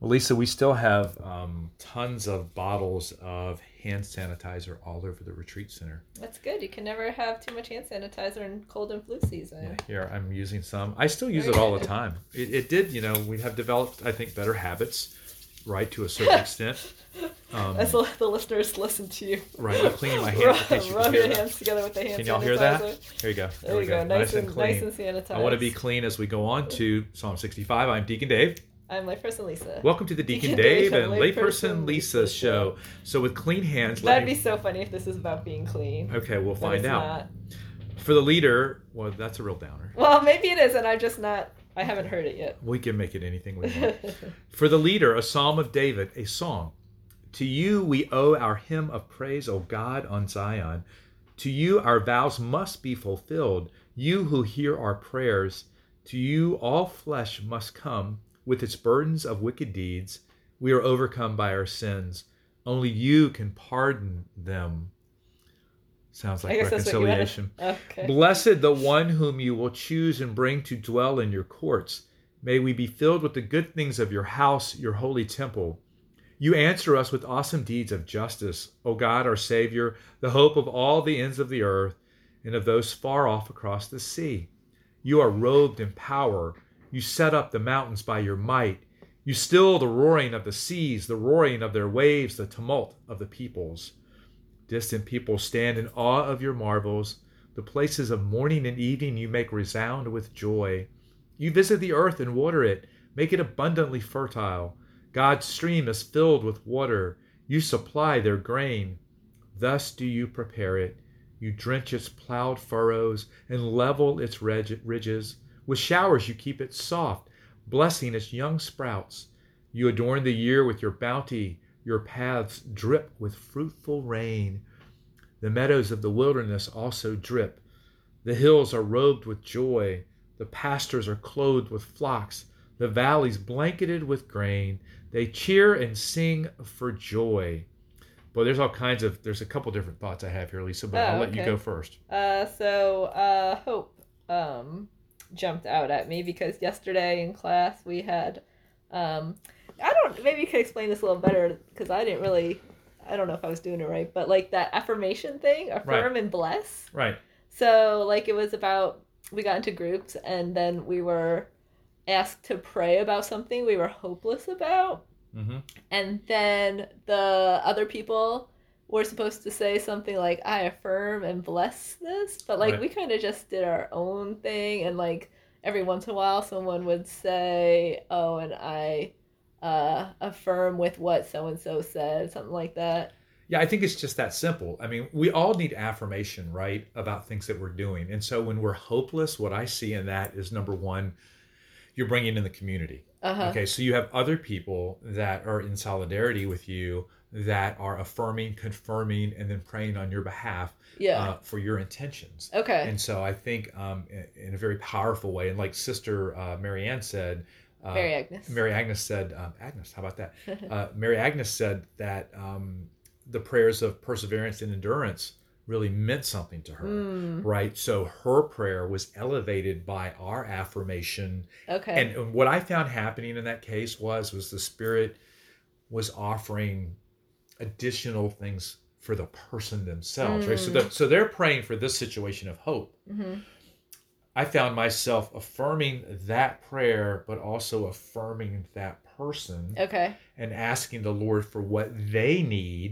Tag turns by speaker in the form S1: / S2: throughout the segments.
S1: Well, Lisa, we still have um, tons of bottles of hand sanitizer all over the retreat center.
S2: That's good. You can never have too much hand sanitizer in cold and flu season.
S1: Yeah, here I'm using some. I still use
S2: Very
S1: it all the
S2: good.
S1: time. It, it did, you know, we have developed, I think, better habits, right, to a certain extent. Um,
S2: As the the listeners listen to you.
S1: Right, I'm cleaning my hands in case you can
S2: Rub
S1: hear
S2: your
S1: that.
S2: hands together with the hand
S1: Can
S2: sanitizer.
S1: y'all hear that? Here you go.
S2: There
S1: we
S2: you go. Nice, and, nice and sanitized.
S1: I want to be clean as we go on to Psalm 65. I'm Deacon Dave.
S2: I'm like person Lisa.
S1: Welcome to the Deacon,
S2: Deacon
S1: Dave
S2: Dave
S1: and
S2: and
S1: Layperson
S2: Layperson
S1: Lisa
S2: Lisa
S1: show. So with clean hands, let
S2: That'd be
S1: me-
S2: so funny if this is about being clean.
S1: okay, we'll
S2: but
S1: find
S2: it's
S1: out.
S2: not.
S1: For the leader, well, that's a real downer.
S2: Well, maybe it is, and I'm just not. I haven't heard it yet.
S1: We can make it anything we want. For the leader, a psalm of David, a song. To you we owe our hymn of praise, O God, on Zion. To you our vows must be fulfilled. You who hear our prayers, to you all flesh must come with its burdens of wicked deeds. We are overcome by our sins. Only you can pardon them. Sounds like
S2: I guess that's what you wanted.
S1: reconciliation.
S2: okay.
S1: Blessed the one whom you will choose and bring to dwell in your courts. May we be filled with the good things of your house, your holy temple. You answer us with awesome deeds of justice, O God, our Savior, the hope of all the ends of the earth and of those far off across the sea. You are robed in power. You set up the mountains by your might. You still the roaring of the seas, the roaring of their waves, the tumult of the peoples. Distant peoples stand in awe of your marvels. The places of morning and evening you make resound with joy. You visit the earth and water it, make it abundantly fertile. God's stream is filled with water. You supply their grain. Thus do you prepare it. You drench its plowed furrows and level its reg- ridges. With showers you keep it soft, blessing its young sprouts. You adorn the year with your bounty. Your paths drip with fruitful rain. The meadows of the wilderness also drip. The hills are robed with joy. The pastures are clothed with flocks. The valleys blanketed with grain. They cheer and sing for joy. Well, there's all kinds of, there's a couple different thoughts I have here, Lisa, but I'll
S2: Oh,
S1: let you
S2: okay.
S1: go first.
S2: Uh, so uh, hope um, jumped out at me because yesterday in class we had um, I don't maybe you could explain this a little better because I didn't really I don't know if I was doing it right but like that affirmation thing affirm and bless
S1: Right.
S2: so like it was about we got into groups and then we were asked to pray about something we were hopeless about
S1: Mm-hmm.
S2: and then the other people were supposed to say something like i affirm and bless this but like
S1: Right.
S2: we kind of just did our own thing and like every once in a while someone would say oh and i uh, affirm with what so and so said something like that
S1: Yeah, I think it's just that simple. I mean, we all need affirmation, right, about things that we're doing. And so when we're hopeless, what I see in that is number one, you're bringing in the community.
S2: uh-huh
S1: Okay, so you have other people that are in solidarity with you that are affirming, confirming, and then praying on your behalf
S2: yeah
S1: uh, for your intentions.
S2: okay
S1: Uh, And so I think um, in- in a very powerful way, and like Sister uh, Mary Ann said, uh,
S2: mary agnes
S1: Mary Agnes said, um, Agnes, how about that? Uh, Mary Agnes said that um, the prayers of perseverance and endurance really meant something to her,
S2: Mm,
S1: right? So her prayer was elevated by our affirmation.
S2: okay
S1: And, and what I found happening in that case was was the spirit was offering additional things for the person themselves, right? So
S2: Mm.
S1: that so they're praying for this situation of hope.
S2: Mhm.
S1: I found myself affirming that prayer, but also affirming that person
S2: okay
S1: and asking the Lord for what they need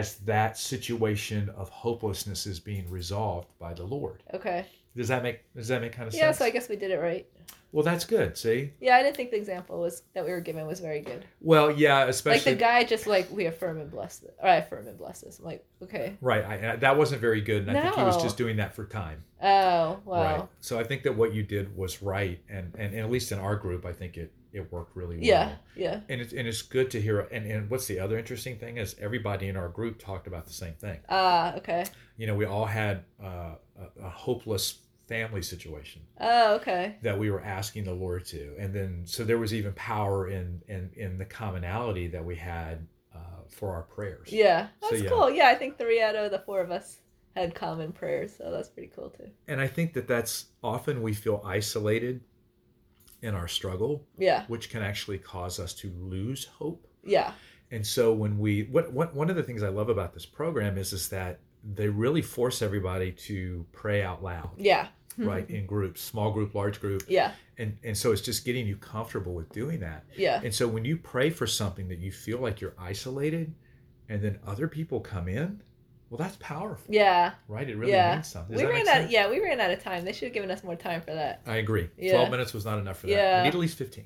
S1: as that situation of hopelessness is being resolved by the Lord.
S2: okay
S1: Does that make does that make kind of
S2: yeah
S1: sense?
S2: so i guess we did it right
S1: well, that's good. See,
S2: yeah i didn't think the example was that we were given was very good
S1: well, yeah, especially
S2: like the guy just like we affirm and bless this, or I affirm and bless this. I'm like, okay,
S1: right. I, I- that wasn't very good, and I think he was
S2: No.
S1: just doing that for time.
S2: oh wow,
S1: Right. So I think that what you did was right, and, and and at least in our group, I think it it worked really well.
S2: yeah, yeah,
S1: And it's and it's good to hear. And and what's the other interesting thing is everybody in our group talked about the same thing.
S2: ah, okay,
S1: you know, we all had uh, a, a hopeless family situation
S2: oh okay,
S1: that we were asking the Lord to, and then so there was even power in in in the commonality that we had uh, for our prayers.
S2: yeah,
S1: So,
S2: that's
S1: yeah.
S2: cool. Yeah, I think three out of the four of us had common prayers, so that's pretty cool too.
S1: And I think that that's often we feel isolated in our struggle,
S2: Yeah.
S1: which can actually cause us to lose hope.
S2: Yeah.
S1: And so when we what, what one of the things I love about this program is is that they really force everybody to pray out loud,
S2: Yeah.
S1: right? In groups, small group, large group.
S2: Yeah.
S1: And and so it's just getting you comfortable with doing that.
S2: Yeah.
S1: And so when you pray for something that you feel like you're isolated and then other people come in, well that's powerful,
S2: Yeah.
S1: right? It really
S2: Yeah.
S1: means something. Does
S2: we
S1: that make
S2: ran
S1: sense?
S2: out. Yeah, we ran out of time. They should have given us more time for that.
S1: I agree.
S2: Yeah.
S1: 12 minutes was not enough for that.
S2: Yeah.
S1: We need at least 15.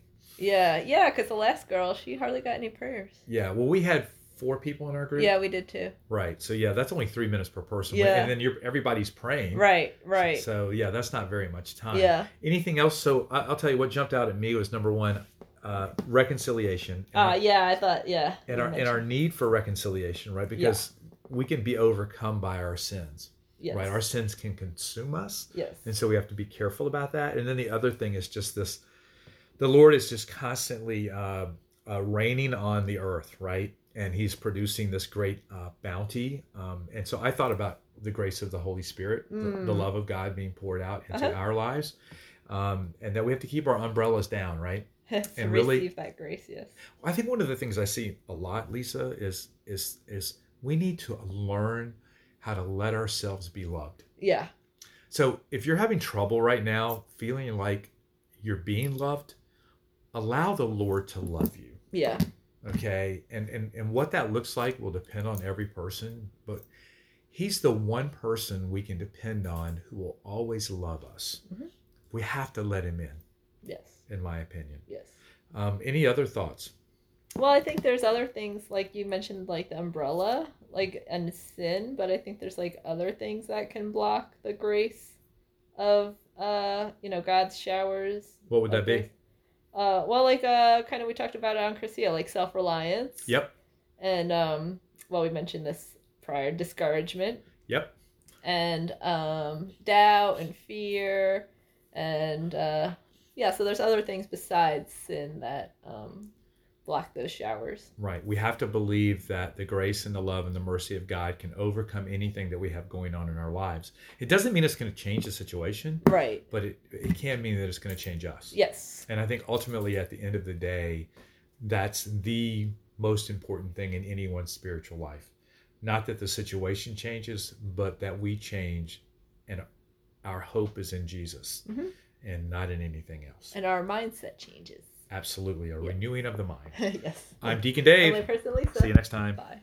S2: Yeah. Yeah. Because the last girl, she hardly got any prayers.
S1: Yeah. Well, we had four people in our group.
S2: Yeah, we did too.
S1: Right. So yeah, that's only three minutes per person.
S2: Yeah.
S1: And then you're everybody's praying.
S2: Right. Right.
S1: So yeah, that's not very much time.
S2: Yeah.
S1: Anything else? So I- I'll tell you what jumped out at me was number one, uh, reconciliation and,
S2: Uh, yeah. I thought. Yeah.
S1: and
S2: you
S1: our and our
S2: mentioned-
S1: need for reconciliation, right? Because we can be overcome by our sins,
S2: yes.
S1: right? Our sins can consume us,
S2: yes.
S1: and so we have to be careful about that. And then the other thing is just this: the Lord is just constantly uh, uh, raining on the earth, right? And He's producing this great uh, bounty. Um, and so I thought about the grace of the Holy Spirit, the, the
S2: Mm.
S1: love of God being poured out into
S2: Uh-huh.
S1: our lives, um, and that we have to keep our umbrellas down, right?
S2: to
S1: and really-
S2: receive that grace. Yes.
S1: I think one of the things I see a lot, Lisa, is is is we need to learn how to let ourselves be loved.
S2: Yeah.
S1: So if you're having trouble right now, feeling like you're being loved, allow the Lord to love you.
S2: Yeah.
S1: Okay. And and, and what that looks like will depend on every person, but He's the one person we can depend on who will always love us.
S2: Mhm.
S1: We have to let him in,
S2: Yes.
S1: in my opinion.
S2: Yes.
S1: Um, any other thoughts?
S2: Well, I think there's other things like you mentioned, like the umbrella, like and sin, but I think there's like other things that can block the grace of uh you know God's showers.
S1: What would that
S2: of
S1: be?
S2: grace. Uh, well, like uh, kind of we talked about it on Chrisia, like self reliance.
S1: Yep.
S2: And um, well, we mentioned this prior, discouragement
S1: Yep.
S2: and um doubt and fear and uh yeah. So there's other things besides sin that um block those showers.
S1: Right. We have to believe that the grace and the love and the mercy of God can overcome anything that we have going on in our lives. It doesn't mean it's going to change the situation,
S2: Right.
S1: but it, it can mean that it's going to change us.
S2: Yes.
S1: And I think ultimately, at the end of the day, that's the most important thing in anyone's spiritual life. Not that the situation changes, but that we change and our hope is in Jesus
S2: Mhm.
S1: and not in anything else.
S2: And our mindset changes.
S1: Absolutely. A
S2: Yeah.
S1: renewing of the mind.
S2: yes.
S1: I'm Deacon
S2: I'm my
S1: Dave.
S2: person Lisa.
S1: See you next time.
S2: Bye.